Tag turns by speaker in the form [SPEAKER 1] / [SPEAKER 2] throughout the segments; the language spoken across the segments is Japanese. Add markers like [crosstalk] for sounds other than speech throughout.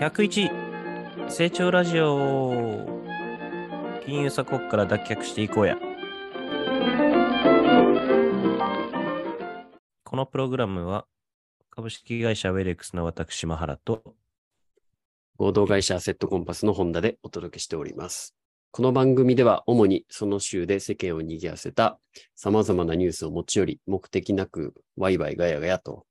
[SPEAKER 1] 101成長ラジオ金融鎖国から脱却していこうやこのプログラムは株式会社ウェレックスの私マハラと
[SPEAKER 2] 合同会社アセットコンパスのホンダでお届けしております。この番組では主にその週で世間を賑わせた様々なニュースを持ち寄り、目的なくワイワイガヤガヤと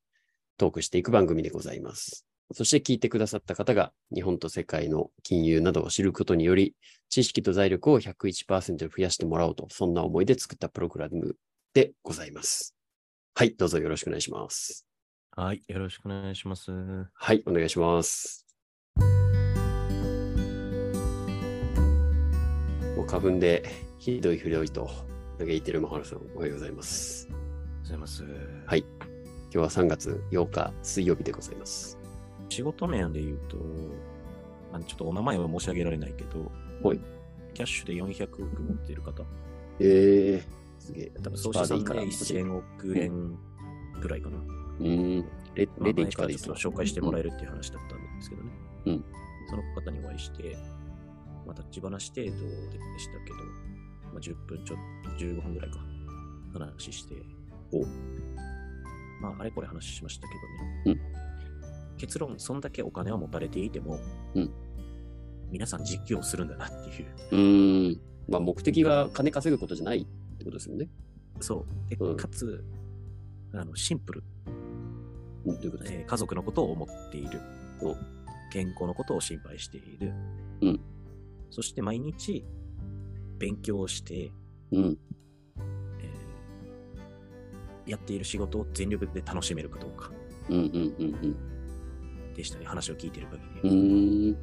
[SPEAKER 2] トークしていく番組でございます。そして聞いてくださった方が日本と世界の金融などを知ることにより、知識と財力を101%増やしてもらおうと、そんな思いで作ったプログラムでございます。はい、どうぞよろしくお願いします。
[SPEAKER 1] はいよろしくお願いします
[SPEAKER 2] はい、お願いします。もう花粉でひどい不良いと嘆いてるマハラさん、おはようございます。
[SPEAKER 1] ございます
[SPEAKER 2] はい今日は3月8日水曜日でございます。
[SPEAKER 1] 仕事面で言うとあちょっとお名前は申し上げられないけど
[SPEAKER 2] はい
[SPEAKER 1] キャッシュで400億持っている方
[SPEAKER 2] ええすげえ。
[SPEAKER 1] 多分
[SPEAKER 2] ス
[SPEAKER 1] 総
[SPEAKER 2] パ
[SPEAKER 1] 資
[SPEAKER 2] ーでい
[SPEAKER 1] 産
[SPEAKER 2] い
[SPEAKER 1] で
[SPEAKER 2] から。
[SPEAKER 1] 1000億円ぐらいかな
[SPEAKER 2] うーん。レ
[SPEAKER 1] まあ
[SPEAKER 2] レデ
[SPEAKER 1] 前
[SPEAKER 2] ィン
[SPEAKER 1] か
[SPEAKER 2] かららい
[SPEAKER 1] ち
[SPEAKER 2] い
[SPEAKER 1] ょっ
[SPEAKER 2] です
[SPEAKER 1] と紹
[SPEAKER 2] か
[SPEAKER 1] 介してもらえるっていう話だったんですけどね。
[SPEAKER 2] うん
[SPEAKER 1] その方にお会いして、まあ、立ち話程度でしたけど、まあ、10分ちょっと、15分ぐらいか、話して、
[SPEAKER 2] お
[SPEAKER 1] まあ、あれこれ話しましたけ
[SPEAKER 2] う
[SPEAKER 1] ど
[SPEAKER 2] ん
[SPEAKER 1] ね。結論、そんだけお金は持たれていても、
[SPEAKER 2] うん
[SPEAKER 1] 皆さん実況するんだなっていう。
[SPEAKER 2] うーん。まあ目的が金稼ぐことじゃないってことですよね。
[SPEAKER 1] そう。で
[SPEAKER 2] うん
[SPEAKER 1] かつ、あのシンプル、
[SPEAKER 2] うんということで。
[SPEAKER 1] えー家族のことを思っている
[SPEAKER 2] お。
[SPEAKER 1] 健康のことを心配している。
[SPEAKER 2] うん
[SPEAKER 1] そして毎日勉強をして、
[SPEAKER 2] うん。
[SPEAKER 1] えーやっている仕事を全力で楽しめるかどうか
[SPEAKER 2] うんうんうんうん。
[SPEAKER 1] でしたね。話を聞いてる限
[SPEAKER 2] う
[SPEAKER 1] り。
[SPEAKER 2] ーん。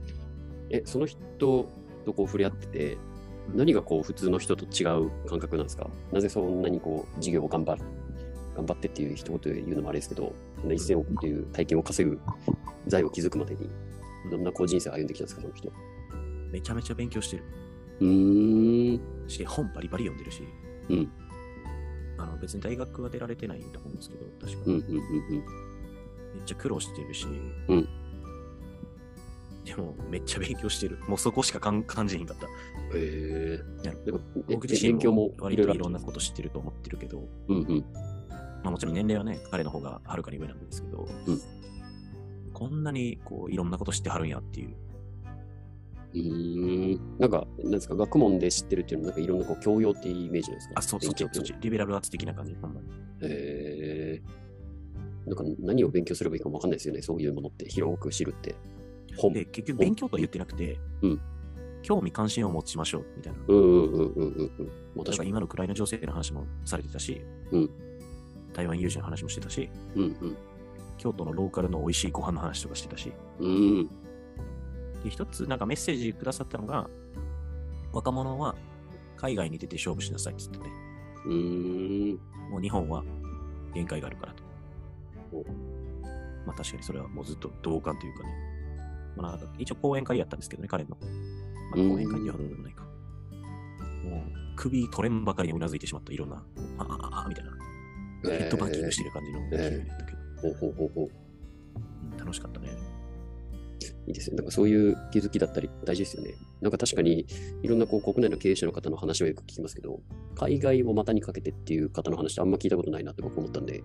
[SPEAKER 2] え、その人とこう触れ合ってて、何がこう普通の人と違う感覚なんですかなぜそんなにこう事業を頑張る、頑張ってっていう一言で言うのもあれですけど、そんな1000億っていう体験を稼ぐ、財を築くまでに、どんなこう人生を歩んできたんですか、その人。う
[SPEAKER 1] めちゃめちゃ勉強してる
[SPEAKER 2] ーん。
[SPEAKER 1] し、本バリバリ読んでるし、
[SPEAKER 2] うん
[SPEAKER 1] あの別に大学は出られてないと思うんですけど、確か
[SPEAKER 2] うんうんうん
[SPEAKER 1] めっちゃ苦労してるし、
[SPEAKER 2] ん
[SPEAKER 1] でもめっちゃ勉強してる。もうそこしかかん [laughs] 感じへんかった。
[SPEAKER 2] うん。へえ
[SPEAKER 1] なるほど
[SPEAKER 2] でも、え
[SPEAKER 1] 僕自身
[SPEAKER 2] 勉強も
[SPEAKER 1] も
[SPEAKER 2] い
[SPEAKER 1] 割
[SPEAKER 2] ろい
[SPEAKER 1] と
[SPEAKER 2] ろあ
[SPEAKER 1] い
[SPEAKER 2] る
[SPEAKER 1] ろんなこと知ってると思ってるけど、
[SPEAKER 2] うんうん。
[SPEAKER 1] まあ、もちろん年齢はね、彼の方がはるかに上なんですけど、
[SPEAKER 2] うん
[SPEAKER 1] こんなにこういろんなこと知ってはるんやっていう。
[SPEAKER 2] うーん。なんか、なんですか、学問で知ってるっていうのは、なんかいろんなこう教養っていうイメージなんですか
[SPEAKER 1] あ、そう、そ
[SPEAKER 2] 勉
[SPEAKER 1] っち
[SPEAKER 2] 強、てい
[SPEAKER 1] そっ
[SPEAKER 2] うのは
[SPEAKER 1] ち、リベラルアーツ的な感じ、ほんまに。
[SPEAKER 2] えー、なんか何を勉強すればいいかもわかんないですよね、そういうものって、広く知るって。本。
[SPEAKER 1] で、結局勉強とは言ってなくて、
[SPEAKER 2] うん
[SPEAKER 1] 興味関心を持ちましょう、みたいな。
[SPEAKER 2] うんうんうんうんうんうん。
[SPEAKER 1] だ
[SPEAKER 2] まあ、確
[SPEAKER 1] か
[SPEAKER 2] からに。
[SPEAKER 1] 今のウクライナ情勢の話もされてたし、
[SPEAKER 2] うん
[SPEAKER 1] 台湾有事の話もしてたし、
[SPEAKER 2] うんうん。
[SPEAKER 1] 京都のローカルの美味しいご飯の話とかしてたし、
[SPEAKER 2] うん
[SPEAKER 1] で、一つなんかメッセージくださったのが、若者は海外に出て勝負しなさいって言ってて、
[SPEAKER 2] うん。
[SPEAKER 1] もう日本は限界があるからと
[SPEAKER 2] お。
[SPEAKER 1] まあ確かにそれはもうずっと同感というかね。まあなんか一応講演会やったんですけどね、彼の。まあ
[SPEAKER 2] うん
[SPEAKER 1] 講演会っていうほどでもないか。もう首取れんばかりにうなずいてしまったいろんな、ああああみたいな。
[SPEAKER 2] えー
[SPEAKER 1] ヘッドバンキングしてる感じの
[SPEAKER 2] えー
[SPEAKER 1] 勢いだったけど、
[SPEAKER 2] ほうほうほうほう。
[SPEAKER 1] うん楽しかったね。
[SPEAKER 2] いいですね。なんかそういう気づきだったり大事ですよね。なんか確かにいろんなこう国内の経営者の方の話はよく聞きますけど、海外を股にかけてっていう方の話ってあんま聞いたことないなって僕思ったんで。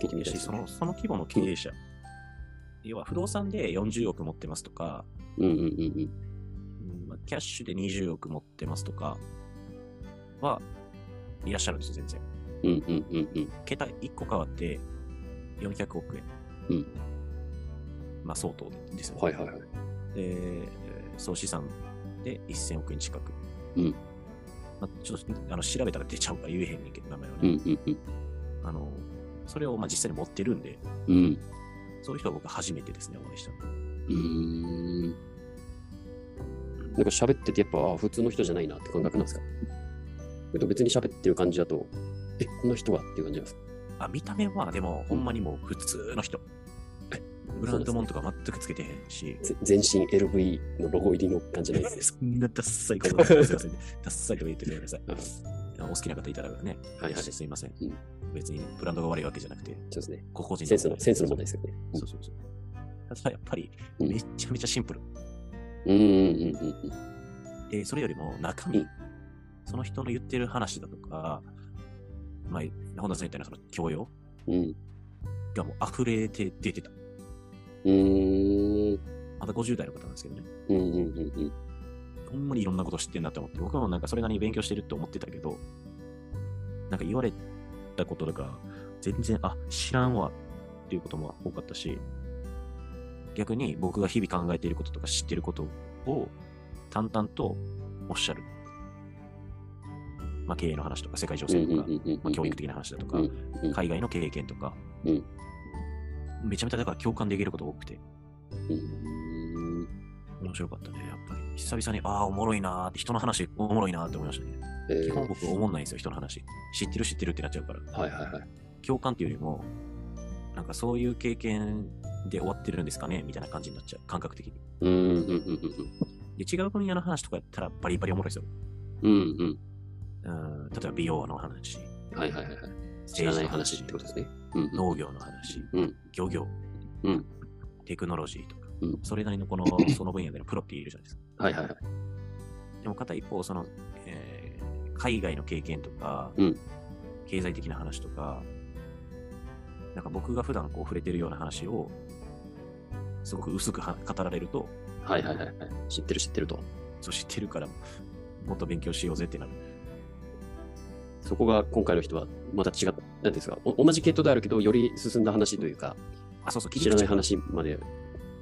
[SPEAKER 2] 聞いてみたい
[SPEAKER 1] し、
[SPEAKER 2] です
[SPEAKER 1] そ
[SPEAKER 2] ね
[SPEAKER 1] の、その規模の経営者。要は不動産で40億持ってますとか、
[SPEAKER 2] うんうんうん
[SPEAKER 1] うんまあ、キャッシュで20億持ってますとかはいらっしゃるんですよ、全然。
[SPEAKER 2] うん。うんうんうんうん。
[SPEAKER 1] 桁1個変わって400億円。
[SPEAKER 2] うん
[SPEAKER 1] まあ、相当ですよね。
[SPEAKER 2] はいはいはい。
[SPEAKER 1] でえー総資産で1000億円近く。
[SPEAKER 2] うん
[SPEAKER 1] まあ、ちょっとあの調べたら出ちゃうから言えへんねんけど、名前は
[SPEAKER 2] うん
[SPEAKER 1] ね。
[SPEAKER 2] うんうん。
[SPEAKER 1] あのそれをまあ実際に持ってるんで、
[SPEAKER 2] うん。
[SPEAKER 1] そういう人は僕初めてですね、お会いしたの。
[SPEAKER 2] うーん。なんか喋っててやっぱあ普通の人じゃないなって感覚なんですかそれと別に喋ってる感じだと、え、この人はっていう感じなんですか
[SPEAKER 1] あ見た目はでも、ほんまにもう普通の人。ブランドもんとか全くつけてへんし、
[SPEAKER 2] ぜ全身 LV のロゴ入りの感じじゃないです
[SPEAKER 1] そん [laughs] なダッサいこと
[SPEAKER 2] [laughs]
[SPEAKER 1] すいません。ダッサいとか言ってください。お好きな方いたらね、
[SPEAKER 2] かはいはい。
[SPEAKER 1] 私
[SPEAKER 2] そう
[SPEAKER 1] すいません
[SPEAKER 2] うん。
[SPEAKER 1] 別にブランドが悪いわけじゃなくて、
[SPEAKER 2] ですね。
[SPEAKER 1] 個々人。
[SPEAKER 2] センスの、センスの問題ですすよね。
[SPEAKER 1] そうそうそう。ただやっぱり
[SPEAKER 2] うん
[SPEAKER 1] めちゃめちゃシンプル。
[SPEAKER 2] うんうんうんうんうん。
[SPEAKER 1] で、それよりも中身、
[SPEAKER 2] うん
[SPEAKER 1] その人の言ってる話だとか、まあ、本田さんみたいなその教養
[SPEAKER 2] うん。
[SPEAKER 1] がもう溢れて出てた。
[SPEAKER 2] うーん。
[SPEAKER 1] また50代の方なんですけどね。
[SPEAKER 2] うんうんうんうん。
[SPEAKER 1] ほんまにいろんなこと知ってんなって思って、僕もなんかそれなりに勉強してるって思ってたけど、なんか言われたこととか、全然、あ、知らんわっていうことも多かったし、逆に僕が日々考えていることとか知ってることを淡々とおっしゃる。まあ経営の話とか世界情勢とか、まあ教育的な話だとか
[SPEAKER 2] うん、うん
[SPEAKER 1] 海外の経験とか
[SPEAKER 2] うん、
[SPEAKER 1] めちゃめちゃだから共感できること多くて、
[SPEAKER 2] うん
[SPEAKER 1] 面白かったね、やっぱり。久々に、ああ、おもろいなーって、人の話おもろいなーって思いましたね。
[SPEAKER 2] え
[SPEAKER 1] 基
[SPEAKER 2] ー
[SPEAKER 1] 本僕思んないんですよ、人の話。知ってる知ってるってなっちゃうから。
[SPEAKER 2] はいはいはい。
[SPEAKER 1] 共感っていうよりも、なんかそういう経験で終わってるんですかねみたいな感じになっちゃう、感覚的に。
[SPEAKER 2] うんうんうんうん
[SPEAKER 1] で、違う分野の話とかやったらバリバリおもろいですよ。
[SPEAKER 2] うん。うん
[SPEAKER 1] うん、例えば美容の話、
[SPEAKER 2] うん。はいはいはいはい。知らない話ってことですね。うんうん
[SPEAKER 1] 農業の話、
[SPEAKER 2] うん
[SPEAKER 1] 漁業、
[SPEAKER 2] うん
[SPEAKER 1] テクノロジーとか、
[SPEAKER 2] うん
[SPEAKER 1] それなりのこの、その分野でのプロっているじゃないですか。
[SPEAKER 2] はいはいはい。
[SPEAKER 1] でも、片一方、その、えー海外の経験とか、
[SPEAKER 2] うん
[SPEAKER 1] 経済的な話とか、なんか僕が普段こう触れてるような話を、すごく薄くは語られると、
[SPEAKER 2] はいはいはいはい。知ってる知ってると。
[SPEAKER 1] そう知ってるから、もっと勉強しようぜってなる。
[SPEAKER 2] そこが今回の人はまた違った、なんていうんですか、お同じ系統であるけど、より進んだ話というか、
[SPEAKER 1] あ、そうそう、
[SPEAKER 2] 知らない
[SPEAKER 1] 切り口
[SPEAKER 2] 話まで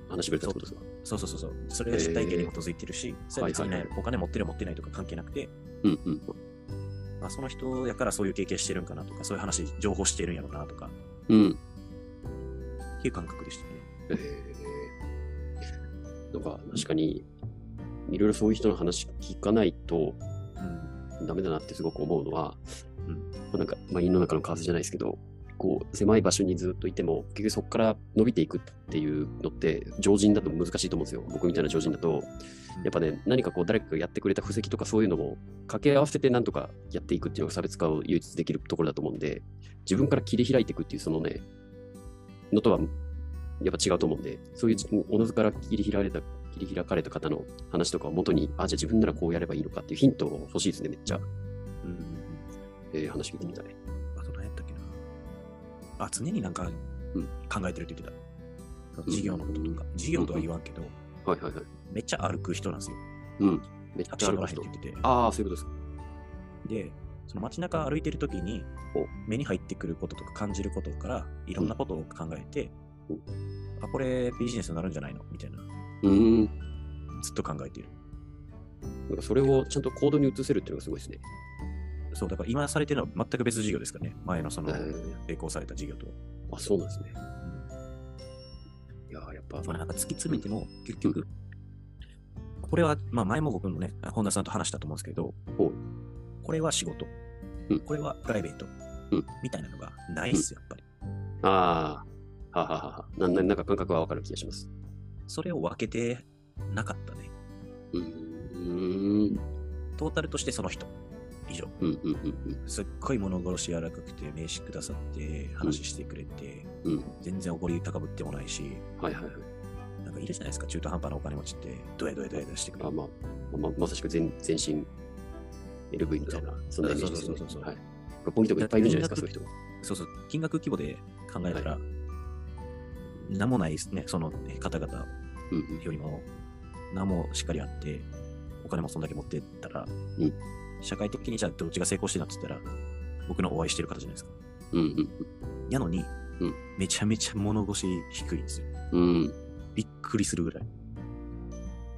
[SPEAKER 2] 話してくれたってことですか。
[SPEAKER 1] そうそうそうそう。それが実体験に基づいてるし、それは別にね、
[SPEAKER 2] はいはい
[SPEAKER 1] お金持ってる持ってないとか関係なくて、
[SPEAKER 2] うんうん。
[SPEAKER 1] あ、その人やからそういう経験してるんかなとか、そういう話、情報してるんやろうなとか、
[SPEAKER 2] うん。
[SPEAKER 1] っていう感覚でしたね。
[SPEAKER 2] えー、なんか確かに、いろいろそういう人の話聞かないと
[SPEAKER 1] うん。
[SPEAKER 2] ダメだなってすごく思うのは、
[SPEAKER 1] うん
[SPEAKER 2] まあなんか、まあ、家の中の為替じゃないですけど、こう狭い場所にずっといても、結局そこから伸びていくっていうのって、常人だと難しいと思うんですよ。僕みたいな常人だと、やっぱね、何かこう誰かがやってくれた布石とかそういうのも掛け合わせてなんとかやっていくっていうのが差別化を唯一できるところだと思うんで、自分から切り開いていくっていうそのね、のとはやっぱ違うと思うんで、そういうおのずから切り開かれた、切り開かれた方の話とかを元に、あ、じゃあ自分ならこうやればいいのかっていうヒント欲しいですね、めっちゃ。
[SPEAKER 1] うん。
[SPEAKER 2] えー話聞いてみたい。
[SPEAKER 1] あと何やったっけな。あ、常になんか
[SPEAKER 2] うん
[SPEAKER 1] 考えてるって言ってた。
[SPEAKER 2] ん
[SPEAKER 1] 事業のこととか。事業とは言わんけど、
[SPEAKER 2] はいはいはい。
[SPEAKER 1] めっちゃ歩く人なんですよ。
[SPEAKER 2] うん。めっ
[SPEAKER 1] タク
[SPEAKER 2] ち
[SPEAKER 1] シー
[SPEAKER 2] ゃあ
[SPEAKER 1] 乗
[SPEAKER 2] る
[SPEAKER 1] ら
[SPEAKER 2] こ
[SPEAKER 1] へんっ
[SPEAKER 2] と
[SPEAKER 1] て。言ってて。
[SPEAKER 2] ああ、そういうことです
[SPEAKER 1] で、その街中歩いてる時に
[SPEAKER 2] お、
[SPEAKER 1] 目に入ってくることとか感じることから、いろんなことを考えて
[SPEAKER 2] う、
[SPEAKER 1] あ、これビジネスになるんじゃないのみたいな。
[SPEAKER 2] うーん。
[SPEAKER 1] ずっと考えている。
[SPEAKER 2] なんかそれをちゃんと行動に移せるっていうのがすごいですね。
[SPEAKER 1] そう、だから今されてるのは全く別事業ですからね。前のそ
[SPEAKER 2] え
[SPEAKER 1] の成
[SPEAKER 2] ー
[SPEAKER 1] 功された事業とは。
[SPEAKER 2] あ、そうなんですね。いやーやっぱ
[SPEAKER 1] まあ、なんか突き詰めても、結局、これは、まあ、前も僕もね、本田さんと話したと思うんですけど
[SPEAKER 2] おう、
[SPEAKER 1] これは仕事
[SPEAKER 2] うん、
[SPEAKER 1] これはプライベート
[SPEAKER 2] うん、
[SPEAKER 1] みたいなのがないっす、やっぱり。
[SPEAKER 2] ああ、ははははなんなんなんか感覚はわかる気がします。
[SPEAKER 1] それを分けてなかったね。
[SPEAKER 2] うーん。
[SPEAKER 1] トータルとしてその人、以上。
[SPEAKER 2] うんうんうん
[SPEAKER 1] すっごい物腰柔らかくて、名刺くださって、話してくれて、
[SPEAKER 2] うん。
[SPEAKER 1] 全然怒り高ぶってもないし、
[SPEAKER 2] うん。はいはいはい。
[SPEAKER 1] なんかいるじゃないですか、中途半端なお金持ちって、どやどやどやどやしてくれ
[SPEAKER 2] あ
[SPEAKER 1] る。
[SPEAKER 2] まあ、まあ、まさしく全全身 LV みたいな、そんなイメージですよ
[SPEAKER 1] そ
[SPEAKER 2] ね
[SPEAKER 1] うそうそうそう
[SPEAKER 2] はい。六本木とかいっぱいいるんじゃないですか、そういう人が。
[SPEAKER 1] そうそう、金額規模で考えたら、なんもないですね、その方々
[SPEAKER 2] うん
[SPEAKER 1] よりも、名もしっかりあって、お金もそんだけ持ってったら、
[SPEAKER 2] うん
[SPEAKER 1] 社会的にじゃあどっちが成功してたって言ったら、僕のお会いしてる方じゃないですか。
[SPEAKER 2] うん。うん
[SPEAKER 1] やのに、
[SPEAKER 2] うん
[SPEAKER 1] めちゃめちゃ物腰低いんですよ。
[SPEAKER 2] うん。うん。
[SPEAKER 1] びっくりするぐらい。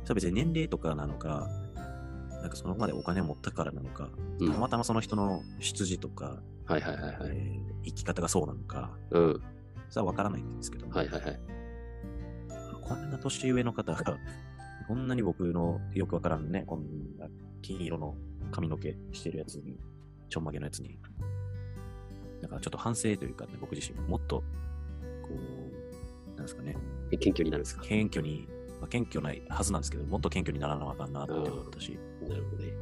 [SPEAKER 1] それは別に年齢とかなのか、なんかそのまでお金を持ったからなのか、
[SPEAKER 2] うん
[SPEAKER 1] たまたまその人の出自とか、
[SPEAKER 2] はいはいはいはい。
[SPEAKER 1] えー生き方がそうなのか、
[SPEAKER 2] うん。
[SPEAKER 1] それは分からないんですけども、
[SPEAKER 2] はいはいはい。
[SPEAKER 1] こんな年上の方が、 [laughs] こんなに僕のよくわからんね、こんな金色の髪の毛してるやつに、ちょんまげのやつに、なんかちょっと反省というかね、僕自身もっと、こう、なんですかね、
[SPEAKER 2] え謙虚になるんですか。
[SPEAKER 1] 謙虚に、まあ、謙虚ないはずなんですけど、もっと謙虚にならなあかんなって思ったし、
[SPEAKER 2] なるほどね。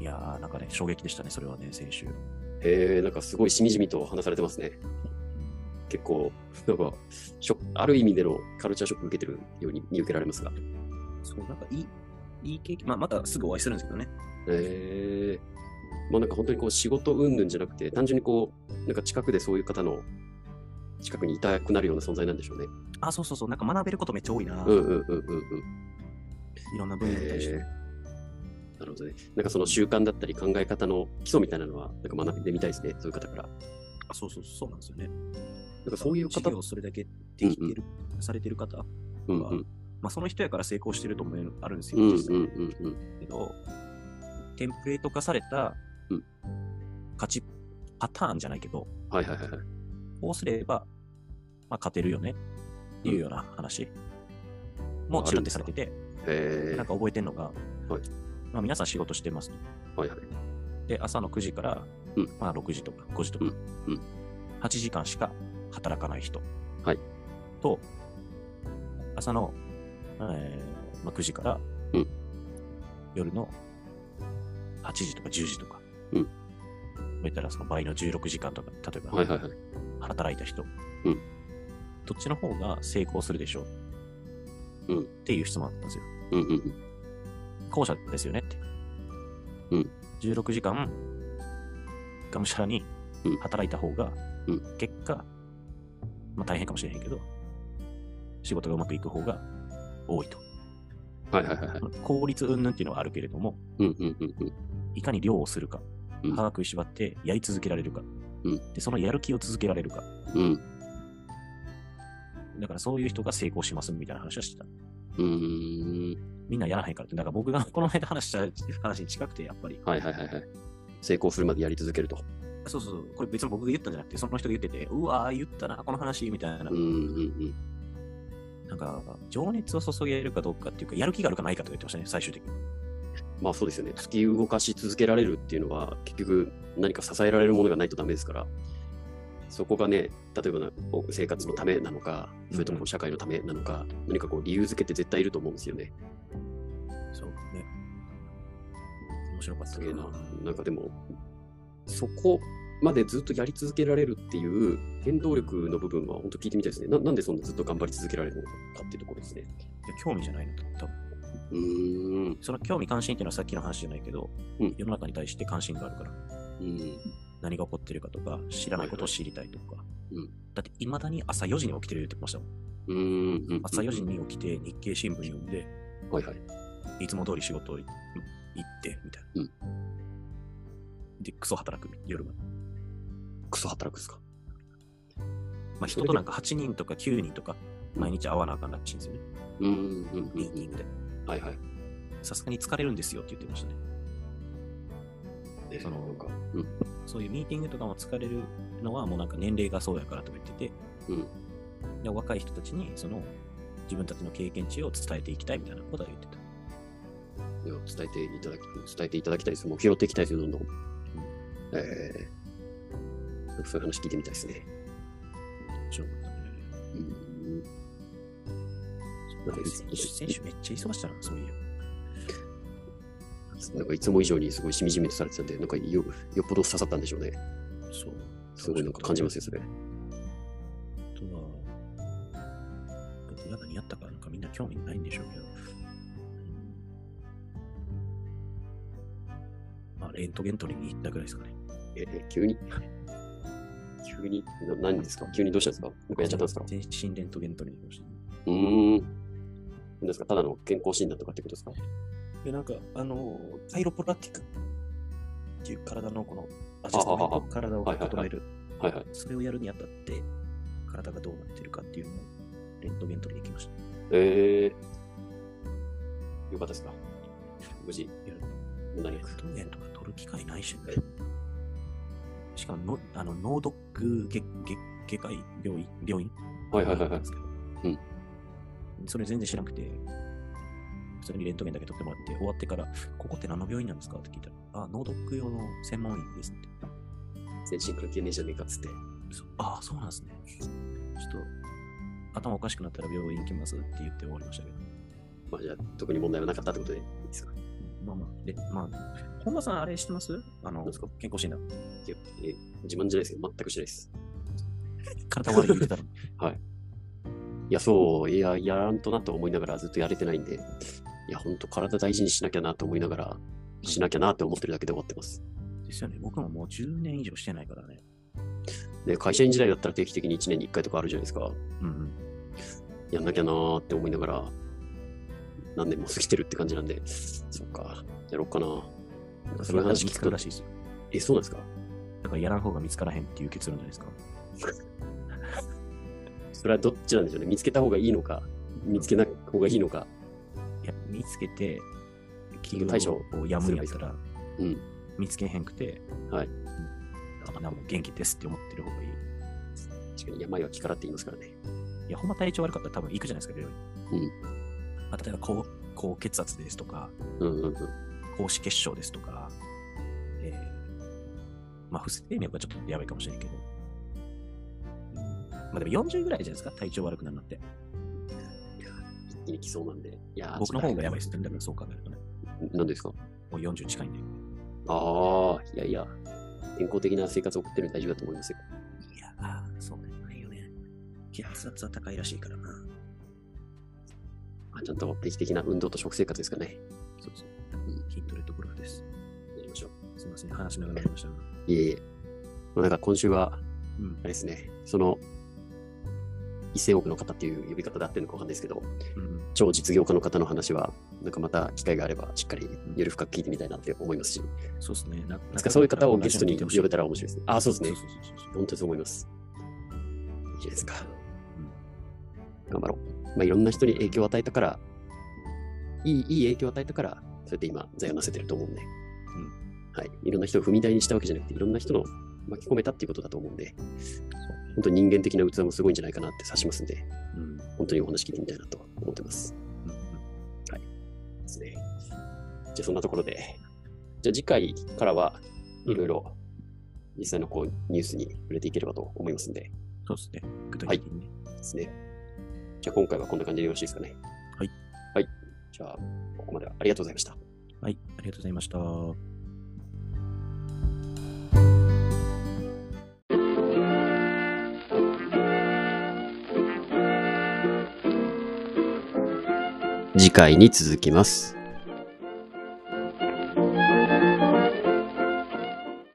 [SPEAKER 1] いやー、なんかね、衝撃でしたね、それはね、先週。
[SPEAKER 2] へえ、なんかすごいしみじみと話されてますね。結構、なんか、ショックある意味でのカルチャーショック受けてるように見受けられますが。
[SPEAKER 1] そう、なんかいい、いい経験、まあ、またすぐお会いするんですけどね。
[SPEAKER 2] えー、まあなんか本当にこう仕事云々じゃなくて、単純にこう、なんか近くでそういう方の近くにいたくなるような存在なんでしょうね。
[SPEAKER 1] あ、そうそうそう、なんか学べることめっちゃ多いな。
[SPEAKER 2] うんうんうんうんうん。
[SPEAKER 1] いろんな分野に対して。
[SPEAKER 2] えーなるほどね。なんかその習慣だったり考え方の基礎みたいなのは、なんか学んでみたいですね、そういう方から。な
[SPEAKER 1] あそうそう、そうなんですよね。
[SPEAKER 2] んかそういう
[SPEAKER 1] 事
[SPEAKER 2] 方、
[SPEAKER 1] 業をそれだけできてる、されてる方は、
[SPEAKER 2] うんうん、
[SPEAKER 1] まあ、その人やから成功してるともあるんですよ、
[SPEAKER 2] うんうん
[SPEAKER 1] 実際
[SPEAKER 2] うんうん。
[SPEAKER 1] けど、テンプレート化された
[SPEAKER 2] うん
[SPEAKER 1] 勝ちパターンじゃないけど、
[SPEAKER 2] はいはいはいはい。
[SPEAKER 1] こうすれば、まあ、勝てるよねっていうような話もちらってされてて、
[SPEAKER 2] え
[SPEAKER 1] なんか覚えてるのが、
[SPEAKER 2] はい
[SPEAKER 1] まあ、皆さん仕事してますと。
[SPEAKER 2] ー、はいはい。
[SPEAKER 1] で、朝の9時から、
[SPEAKER 2] うん
[SPEAKER 1] まあ、6時とか5時とか、
[SPEAKER 2] うんうん
[SPEAKER 1] 8時間しか働かない人、
[SPEAKER 2] はい
[SPEAKER 1] と、朝の、えーまあ、9時から、
[SPEAKER 2] うん
[SPEAKER 1] 夜の8時とか10時とか、
[SPEAKER 2] うん
[SPEAKER 1] そういったらその倍の16時間とか、例えば、
[SPEAKER 2] はいはいはい。
[SPEAKER 1] 働いた人、
[SPEAKER 2] うん
[SPEAKER 1] どっちの方が成功するでしょう、
[SPEAKER 2] うん
[SPEAKER 1] っていう質問だったんですよ。
[SPEAKER 2] うんうんうん。
[SPEAKER 1] 後者ですよねって。
[SPEAKER 2] うん
[SPEAKER 1] 16時間、がむしゃらに
[SPEAKER 2] うん
[SPEAKER 1] 働いた方が
[SPEAKER 2] うん、
[SPEAKER 1] 結果、まあ大変かもしれへんけど、仕事がうまくいく方が多いと。
[SPEAKER 2] はいはいはいはい。
[SPEAKER 1] 効率云々っていうのはあるけれども、
[SPEAKER 2] うんうんうんうん。
[SPEAKER 1] いかに量をするか
[SPEAKER 2] う、ん
[SPEAKER 1] 歯が食いしばってやり続けられるか、
[SPEAKER 2] うん
[SPEAKER 1] で、そのやる気を続けられるか、
[SPEAKER 2] うん。
[SPEAKER 1] だからそういう人が成功しますみたいな話はしてた。
[SPEAKER 2] うーん。
[SPEAKER 1] みんなやらへんからって、だから僕がこの間話した話に近くて、やっぱり。
[SPEAKER 2] はいはいはいはい。成功するまでやり続けると。
[SPEAKER 1] そうそうそう、これ別に僕が言ったんじゃなくて、その人が言ってて、うわー、言ったな、この話、みたいな。
[SPEAKER 2] うんうん
[SPEAKER 1] なんか、情熱を注げるかどうかっていうか、やる気があるかないかとか言ってましたね、最終的に。
[SPEAKER 2] うん。まあそうですよね。突き動かし続けられるっていうのは、結局何か支えられるものがないとダメですから。そこがね、例えばなこう生活のためなのか、それともこう社会のためなのか、何かこう理由づけって絶対いると思うんですよね。
[SPEAKER 1] そうね。面白かった
[SPEAKER 2] すげえな。なんかでも、そこまでずっとやり続けられるっていう原動力の部分は本当聞いてみたいですね。ななんでそんなずっと頑張り続けられるのかっていうところですね。
[SPEAKER 1] いや興味じゃないの、多分。
[SPEAKER 2] うーん。
[SPEAKER 1] その興味関心っていうのはさっきの話じゃないけど、
[SPEAKER 2] うん
[SPEAKER 1] 世の中に対して関心があるから、
[SPEAKER 2] うん。
[SPEAKER 1] 何が起こってるかとか、知らないことを知りたいとか。
[SPEAKER 2] うん
[SPEAKER 1] だって、いまだに朝4時に起きてるって言ってましたもん。
[SPEAKER 2] うんうんうん。
[SPEAKER 1] 朝4時に起きて、日経新聞読んで、
[SPEAKER 2] はいはい。
[SPEAKER 1] いつも通り仕事行って、みたいな。
[SPEAKER 2] うん
[SPEAKER 1] で、クソ働く、夜は。
[SPEAKER 2] クソ働くっすか。
[SPEAKER 1] まあ、人となんか8人とか9人とか、毎日会わなあかんらしいんですよね。
[SPEAKER 2] うんうんう
[SPEAKER 1] ミーティン
[SPEAKER 2] ん
[SPEAKER 1] グで。
[SPEAKER 2] うん。はいはい。
[SPEAKER 1] さすがに疲れるんですよって言ってましたね。
[SPEAKER 2] ね
[SPEAKER 1] その
[SPEAKER 2] なんか、うん。
[SPEAKER 1] そういうミーティングとかも疲れるのはもうなんか年齢がそうやからとか言ってて、
[SPEAKER 2] うん
[SPEAKER 1] で若い人たちにその自分たちの経験値を伝えていきたいみたいなことは言ってた。
[SPEAKER 2] いや伝えていただき、伝えていただきたいです。もう拾っていきたいですよ、どんどん。えーなんかそういう話聞いてみたいですね。
[SPEAKER 1] 面白かったね。
[SPEAKER 2] うん。なんかいつ
[SPEAKER 1] 選手選手めっちゃ忙しかったな、そういう。
[SPEAKER 2] なんかいつも以上にすごいしみじみとされてたんで、なんかよよっぽど刺さったんでしょうね。
[SPEAKER 1] そう。
[SPEAKER 2] すごいなんか感じますよ、それ。
[SPEAKER 1] あとは、僕が何やったかなんかみんな興味ないんでしょうけど、うんまあ、レントゲン取りに行ったぐらいですかね。
[SPEAKER 2] えー急に。急に、な何ですか急にどうしたんですかなんかやっちゃったんですか
[SPEAKER 1] 全身レントゲン取りに行きました。
[SPEAKER 2] うーん。なんですかただの健康診断とかってことですか
[SPEAKER 1] で、なんか、あの、カイロプラティックっていう体のこのアジャストメン
[SPEAKER 2] あああ
[SPEAKER 1] ト、体を整える、
[SPEAKER 2] はいはい。
[SPEAKER 1] それをやるにあたって、体がどうなってるかっていうのをレントゲン取りに行きました。
[SPEAKER 2] えー、よかったですか無事、問題
[SPEAKER 1] レ
[SPEAKER 2] な
[SPEAKER 1] ン
[SPEAKER 2] く。
[SPEAKER 1] トゲンとか取る機会ないしね。しかもの、あの、脳ドック外外科医病院病院
[SPEAKER 2] はいはいはいはい
[SPEAKER 1] んですけど、
[SPEAKER 2] うん
[SPEAKER 1] それ全然知らなくて、普通にレントゲンだけ取ってもらって、終わってから、ここって何の病院なんですかって聞いたら、あ、脳ドック用の専門医ですって。
[SPEAKER 2] 全身関係ねえじゃねえかっつって。
[SPEAKER 1] そああ、そうなんですね。ちょっと、頭おかしくなったら病院行きますって言って終わりましたけど。
[SPEAKER 2] まあじゃあ、特に問題はなかったってことでいいですか
[SPEAKER 1] まあまあ、で、まあ、本間さんあれしてますあの
[SPEAKER 2] 何ですか、
[SPEAKER 1] 健康診断。
[SPEAKER 2] いや、えー自慢じゃないですよ。全くしないです。
[SPEAKER 1] 体悪い言ってたのに。
[SPEAKER 2] いや、そう、いや、やらんとなと思いながらずっとやれてないんで、いや、ほんと体大事にしなきゃなと思いながら、しなきゃなって思ってるだけで終わってます。
[SPEAKER 1] ですよね。僕ももう10年以上してないからね。
[SPEAKER 2] で、会社員時代だったら定期的に1年に1回とかあるじゃないですか。
[SPEAKER 1] うんうん。
[SPEAKER 2] やんなきゃなーって思いながら、何年も過ぎてるって感じなんで、そっか、やろうかな。
[SPEAKER 1] なんかそ
[SPEAKER 2] そ
[SPEAKER 1] れ
[SPEAKER 2] の
[SPEAKER 1] が見
[SPEAKER 2] 話
[SPEAKER 1] つ
[SPEAKER 2] 聞
[SPEAKER 1] かる
[SPEAKER 2] く
[SPEAKER 1] ら
[SPEAKER 2] と、
[SPEAKER 1] しいですよ。
[SPEAKER 2] え、そうなんですか
[SPEAKER 1] だからやらん方が見つからへんっていう結論じゃないですか。
[SPEAKER 2] それはどっちなんでしょうね。見つけた方がいいのか、見つけない方がいいのか。
[SPEAKER 1] いや、見つけて、企
[SPEAKER 2] 対処
[SPEAKER 1] 業をやむんやったら、
[SPEAKER 2] うん
[SPEAKER 1] 見つけへんくて、
[SPEAKER 2] はい
[SPEAKER 1] うん。だからもう元気ですって思ってる方がいい。
[SPEAKER 2] 確かに病は気からって言いますからね。
[SPEAKER 1] いや、ほんま体調悪かったら多分行くじゃないですか、病院。
[SPEAKER 2] うん
[SPEAKER 1] まあ、例えば高、高血圧ですとか、
[SPEAKER 2] うんうんうん。
[SPEAKER 1] 高脂血症ですとか、えー、まあ、不整脈はちょっとやばいかもしれんけど。うんまあ、でも40ぐらいじゃないですか、体調悪くなるのって。
[SPEAKER 2] 一気に来そうなんで。いやー
[SPEAKER 1] 僕の方がやばいで
[SPEAKER 2] ち
[SPEAKER 1] す
[SPEAKER 2] ょっ
[SPEAKER 1] ね、だからそう考えるとね。
[SPEAKER 2] となんでですか
[SPEAKER 1] もう40近いんで。
[SPEAKER 2] ああ、いやいや、健康的な生活を送ってるの大丈夫だと思いますよ。
[SPEAKER 1] いやー、そうね、ないよね。血圧は高いらしいからな。
[SPEAKER 2] まあちゃんと定期的な運動と食生活ですかね。
[SPEAKER 1] そうそう。筋トレとゴルフです。
[SPEAKER 2] やりましょう。
[SPEAKER 1] すみません、話しながらやりましたが。
[SPEAKER 2] いえいえ。まあ、なんか今週は、
[SPEAKER 1] うん
[SPEAKER 2] あれですね、その、1000億の方っていう呼び方で合ってるのかわかんないですけど、
[SPEAKER 1] うん
[SPEAKER 2] 超実業家の方の話は、なんかまた機会があれば、しっかりより深く聞いてみたいなって思いますし、
[SPEAKER 1] そうですね。な
[SPEAKER 2] なんかそういう方をゲストに
[SPEAKER 1] 呼
[SPEAKER 2] 呼べた
[SPEAKER 1] ら、
[SPEAKER 2] ら面白いですね。ああ、そうですね。
[SPEAKER 1] そうそうそうそう
[SPEAKER 2] 本当にそう思います。いいじゃないですか。頑張ろう。まあ、いろんな人に影響を与えたから、いい、いい影響を与えたから、そうやって今、財をなせてると思うんで。はい。いろんな人を踏み台にしたわけじゃなくて、いろんな人の巻き込めたっていうことだと思うんで、本当に人間的な器もすごいんじゃないかなって指しますんで、
[SPEAKER 1] うんうん
[SPEAKER 2] 本当にお話聞いてみたいなと思ってます。
[SPEAKER 1] うん
[SPEAKER 2] ですね。じゃあそんなところで、じゃあ次回からはいろいろ実際のこうニュースに触れていければと思いますんで、
[SPEAKER 1] そうですね。具体的にね。
[SPEAKER 2] ですね。じゃあ今回はこんな感じでよろしいですかね。
[SPEAKER 1] はい。
[SPEAKER 2] はい。じゃあここまでありがとうございました。
[SPEAKER 1] はい、ありがとうございました。
[SPEAKER 2] 次回に続きます。